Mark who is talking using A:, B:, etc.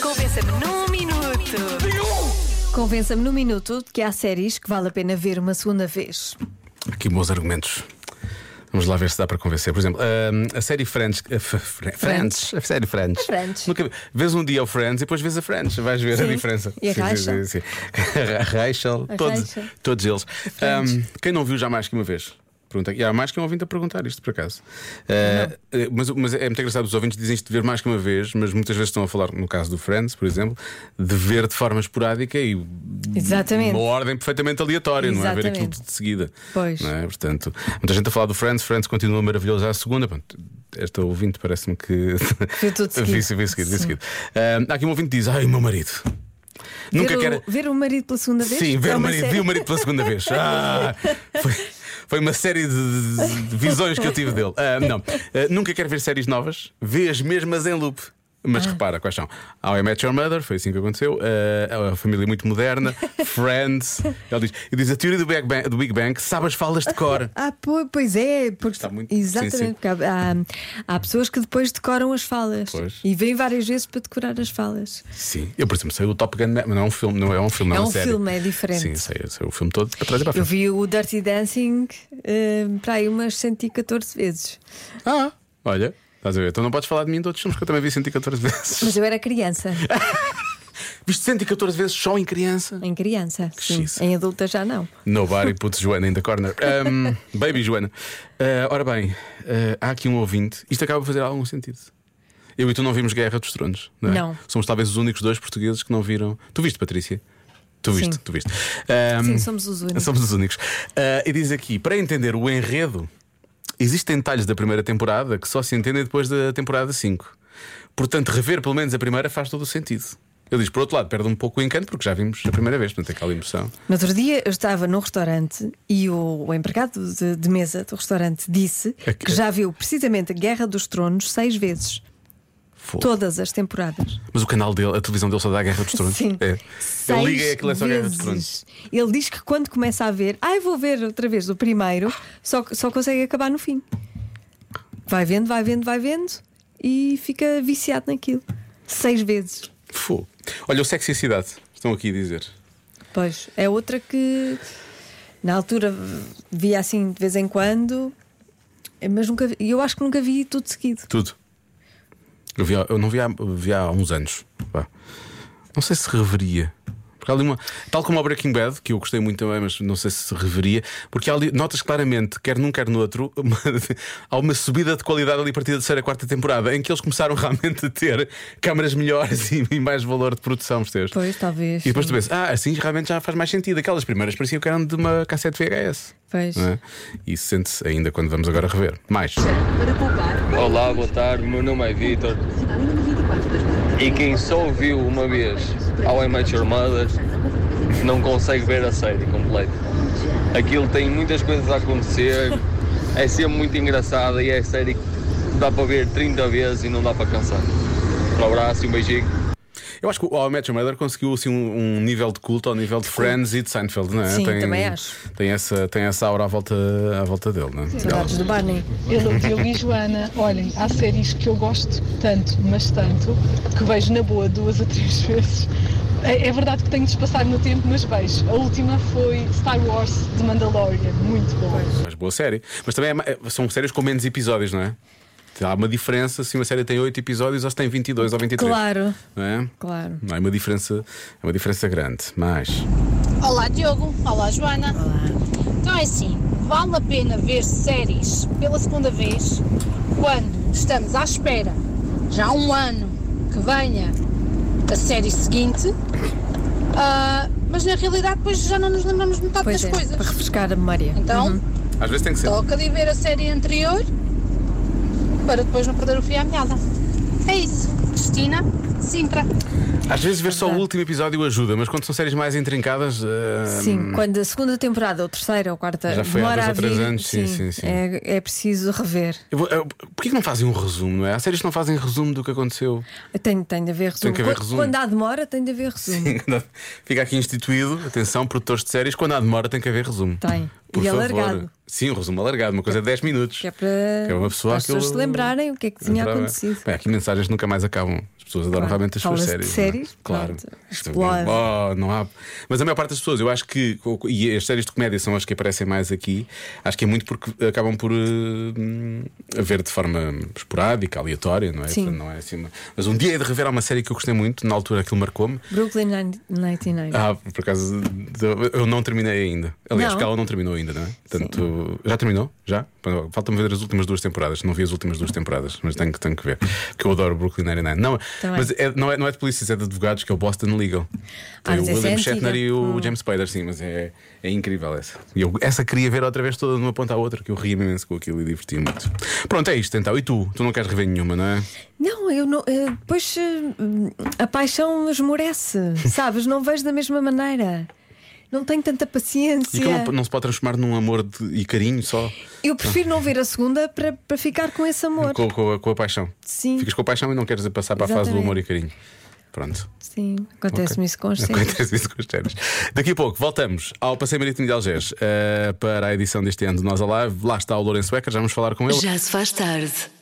A: Convença-me num minuto.
B: Convença-me num minuto que há séries que vale a pena ver uma segunda vez.
C: Aqui bons argumentos. Vamos lá ver se dá para convencer. Por exemplo, hum, a série Friends. a F- Fr- Friends. A série Friends.
B: A Friends.
C: Nunca vi. Vês um dia o Friends e depois vês a Friends. Vais ver a
B: Sim.
C: diferença.
B: E a Rachel.
C: sim, sim. A Rachel.
B: A
C: todos,
B: Rachel.
C: todos eles. Hum, quem não viu já mais que uma vez? Pergunta. E há mais que um ouvinte a perguntar isto, por acaso. Uh, eh, mas, mas é muito engraçado, os ouvintes dizem isto de ver mais que uma vez, mas muitas vezes estão a falar, no caso do Friends, por exemplo, de ver de forma esporádica e
B: Exatamente.
C: uma ordem perfeitamente aleatória, não é? Ver aquilo
B: Exatamente.
C: tudo de seguida.
B: Pois.
C: Não é? Portanto, muita gente a falar do Friends, Friends continua maravilhoso à segunda. Pronto, esta ouvinte parece-me que.
B: Viu tudo seguido.
C: Vi- vi seguido, vi
B: Sim.
C: seguido. Ah, há aqui um ouvinte que diz: Ai, meu marido. Nunca
B: ver,
C: quero.
B: o, ver o marido pela segunda vez?
C: Sim, ver
B: É
C: o
B: uma
C: marido,
B: série-
C: vi o marido pela segunda vez. Ah, foi, foi uma série de, de- de visões que eu tive dele. Ah, não, Ah, nunca quero ver séries novas, vê as mesmas em loop.
B: Ah.
C: Mas repara, quais são? How I Met Your Mother, foi assim que aconteceu. Ah, a família muito moderna, Friends. Ele diz, ele diz a teoria do Big Bang, do Big Bang sabe as falas de cor.
B: Ah, po- pois é, porque
C: Está muito-
B: exatamente,
C: sim, sim.
B: porque há, há- há pessoas que depois decoram as falas
C: Pois.
B: e vêm várias vezes para decorar as falas.
C: Sim, eu por exemplo sei o Top Gun, mas não é um filme, não é um filme, não
B: É
C: uma
B: um
C: série.
B: filme, é diferente.
C: Sim, sei, eu sei o filme todo para trás e para
B: Eu
C: frente.
B: vi o Dirty Dancing eh, para aí umas 114 vezes,
C: Ah, olha, estás a ver? Então não podes falar de mim de outros filmes que eu também vi 114 vezes.
B: mas eu era criança,
C: Viste 114 vezes só em criança?
B: em criança, sim,
C: Xis.
B: em adulta já não.
C: Nobody puts Joana in the corner. Um, baby Joana. Uh, ora bem, uh, há aqui um ouvinte. Isto acaba de fazer algum sentido. Eu e tu não vimos Guerra dos Tronos, não é?
B: Não.
C: Somos talvez os únicos dois portugueses que não viram. Tu viste, Patrícia? Tu viste,
B: Sim.
C: tu viste. Um,
B: Sim, somos os únicos.
C: Somos os únicos. Uh, e diz aqui: para entender o enredo, existem detalhes da primeira temporada que só se entendem depois da temporada 5. Portanto, rever pelo menos a primeira faz todo o sentido. Eu diz, por outro lado, perde um pouco o encanto porque já vimos a primeira vez, portanto, é aquela emoção.
B: No outro dia eu estava num restaurante e o, o empregado de, de mesa do restaurante disse
C: É que-
B: que já viu precisamente a Guerra dos Tronos seis vezes,
C: Fogo.
B: todas as temporadas.
C: Mas o canal dele, a televisão dele só dá a Guerra dos Tronos.
B: Sim.
C: É.
B: Seis
C: Eu liguei aquilo é só Guerra dos
B: vezes.
C: Tronos.
B: Ele diz que quando começa a ver, ai, vou ver outra vez o primeiro, só, só consegue acabar no fim. Vai vendo, vai vendo, vai vendo e fica viciado naquilo. Seis vezes.
C: Fogo. Olha, o Sexy e a Cidade, estão aqui a dizer.
B: Pois, é outra que na altura via assim de vez em quando, mas nunca vi- eu acho que nunca vi tudo seguido.
C: Tudo. Eu, vi, há- eu não vi há, vi há uns anos. Vá. Não sei se reveria. Porque há ali uma, tal como o Breaking Bad, que eu gostei muito também, mas não sei se reveria, porque há ali, notas claramente, quer num, quer no outro, uma- há uma subida de qualidade ali a partir da terceira, quarta temporada, em que eles começaram realmente a ter câmaras melhores e, e mais valor de produção, percebes?
B: Pois, talvez.
C: E depois tu pensas, ah, assim realmente já faz mais sentido. Aquelas primeiras pareciam que eram de uma cassete VHS.
B: Pois.
C: não é? E isso sente-se ainda quando vamos agora rever. Mais.
D: Olá, boa tarde, meu nome é Vitor e quem só ouviu uma vez How I Met Your Mother não consegue ver a série completa. Aquilo tem muitas coisas a acontecer, é sempre muito engraçada e é série que dá para ver 30 vezes e não dá para cansar. Um abraço e um beijinho.
C: Eu acho que o How I Met Your Mother conseguiu assim, um, um nível de culto ao nível de Friends e de Seinfeld, não é?
B: Sim, também acho.
C: Tem essa, tem essa aura à volta, à volta dele, não é? Dela.
B: Saudades do Barney.
E: Eu, Diogo e Joana, olhem, há séries que eu gosto tanto, mas tanto, que vejo na boa duas ou três vezes. É, é verdade que tenho de espaçar no tempo, mas vejo. A última foi Star Wars de Mandalorian, muito boa.
C: Mas boa série. Mas também é ma- é- são séries com menos episódios, não é? Há uma diferença se uma série tem 8 episódios ou se tem 22 ou 23.
B: Claro,
C: Não é?
B: claro.
C: Não, é uma diferença, é uma diferença grande. Mais.
F: Olá Diogo, olá Joana. Então é assim, vale a pena ver séries pela segunda vez quando estamos à espera já há um ano que venha a série seguinte, ah, mas na realidade depois já não nos lembramos de metade
B: Pois
F: das
B: é,
F: coisas.
B: para refrescar a memória. Uhum.
F: Então
C: Às vezes tem que ser.
F: toca de ver a série anterior para depois não perder o fio à meada. É isso, Cristina Sintra.
C: Às vezes ver só o
B: Verdade.
C: último episódio ajuda, mas quando são séries mais intrincadas. eh,
B: Sim, quando a segunda temporada, ou terceira, ou quarta,
C: Já foi há
B: demora
C: dois
B: a
C: ou três
B: vir,
C: anos, sim, sim, sim.
B: É, é preciso rever.
C: eu vou- eu- Porquê que não fazem um resumo, não é? Há séries que não fazem resumo do que aconteceu.
B: Tem, tem de haver resumo.
C: que haver
B: Quando-
C: resumo.
B: Quando há demora, tem de haver resumo.
C: Fica aqui instituído, atenção, produtores de séries, quando há demora tem que haver resumo.
B: Tem.
C: Por
B: e
C: favor.
B: alargado.
C: Sim, um resumo alargado, uma coisa de 10 minutos.
B: Que é para,
C: Que é uma pessoa
B: para as
C: que eu-
B: pessoas se lembrarem o que é que tinha
C: Entrava-
B: acontecido.
C: Bem, aqui mensagens nunca mais acabam. As pessoas adoram
B: Claro.
C: realmente as suas
B: Fala-se
C: séries.
B: de
C: não é?
B: séries,
C: Claro.
B: pronto,
C: Isto-
B: explode.
C: Oh, não há. Mas a maior parte das pessoas, eu acho que. E as séries de comédia são as que aparecem mais aqui. Acho que é muito porque acabam por eh, ver de forma esporádica, aleatória, não é?
B: Sim.
C: Não é assim, uma- Mas um dia hei de rever há uma série que eu gostei muito, na altura aquilo marcou-me.
B: Brooklyn 99.
C: Ah, por acaso eu não terminei ainda. Aliás,
B: Não.
C: porque ela não terminou ainda, não é? Portanto, já terminou? Já? Bom, Falta-me ver as últimas duas temporadas. Não vi as últimas duas temporadas, mas tenho, que- tenho que ver. Porque eu adoro Brooklyn Nine-Nine. Não,
B: Também.
C: mas é- não, é, não é de polícias, é de advogados, que é o Boston Legal. Tem
B: Ah,
C: o
B: mas essa é
C: William
B: antiga.
C: Shatner e o
B: Hum.
C: James Spader, sim, mas é, é incrível essa. E eu essa queria ver outra vez toda de uma ponta à outra, que eu ria imenso com aquilo e diverti muito. Pronto, é isto então. E tu? Tu não queres rever nenhuma, não é?
B: Não, eu não. eh, Depois eh, a paixão esmorece, sabes? Não vejo da mesma maneira. Não tenho tanta
C: E
B: paciência.
C: que não, não se pode transformar num amor de- e carinho só
B: Eu prefiro não ver a segunda para, para ficar com esse amor.
C: com, com a- com a paixão.
B: Sim,
C: Ficas com paixão e não queres passar para a fase do
B: Exatamente.
C: amor e carinho. Pronto.
B: sim. Acontece-me isso com os séries.
C: Acontece isso com os ténis. Daqui a pouco voltamos ao Passeio Marítimo de Algés eh, para a edição deste ano de Nós Alive. Lá está o Lourenço Becker, já vamos falar com ele.
A: Já se faz tarde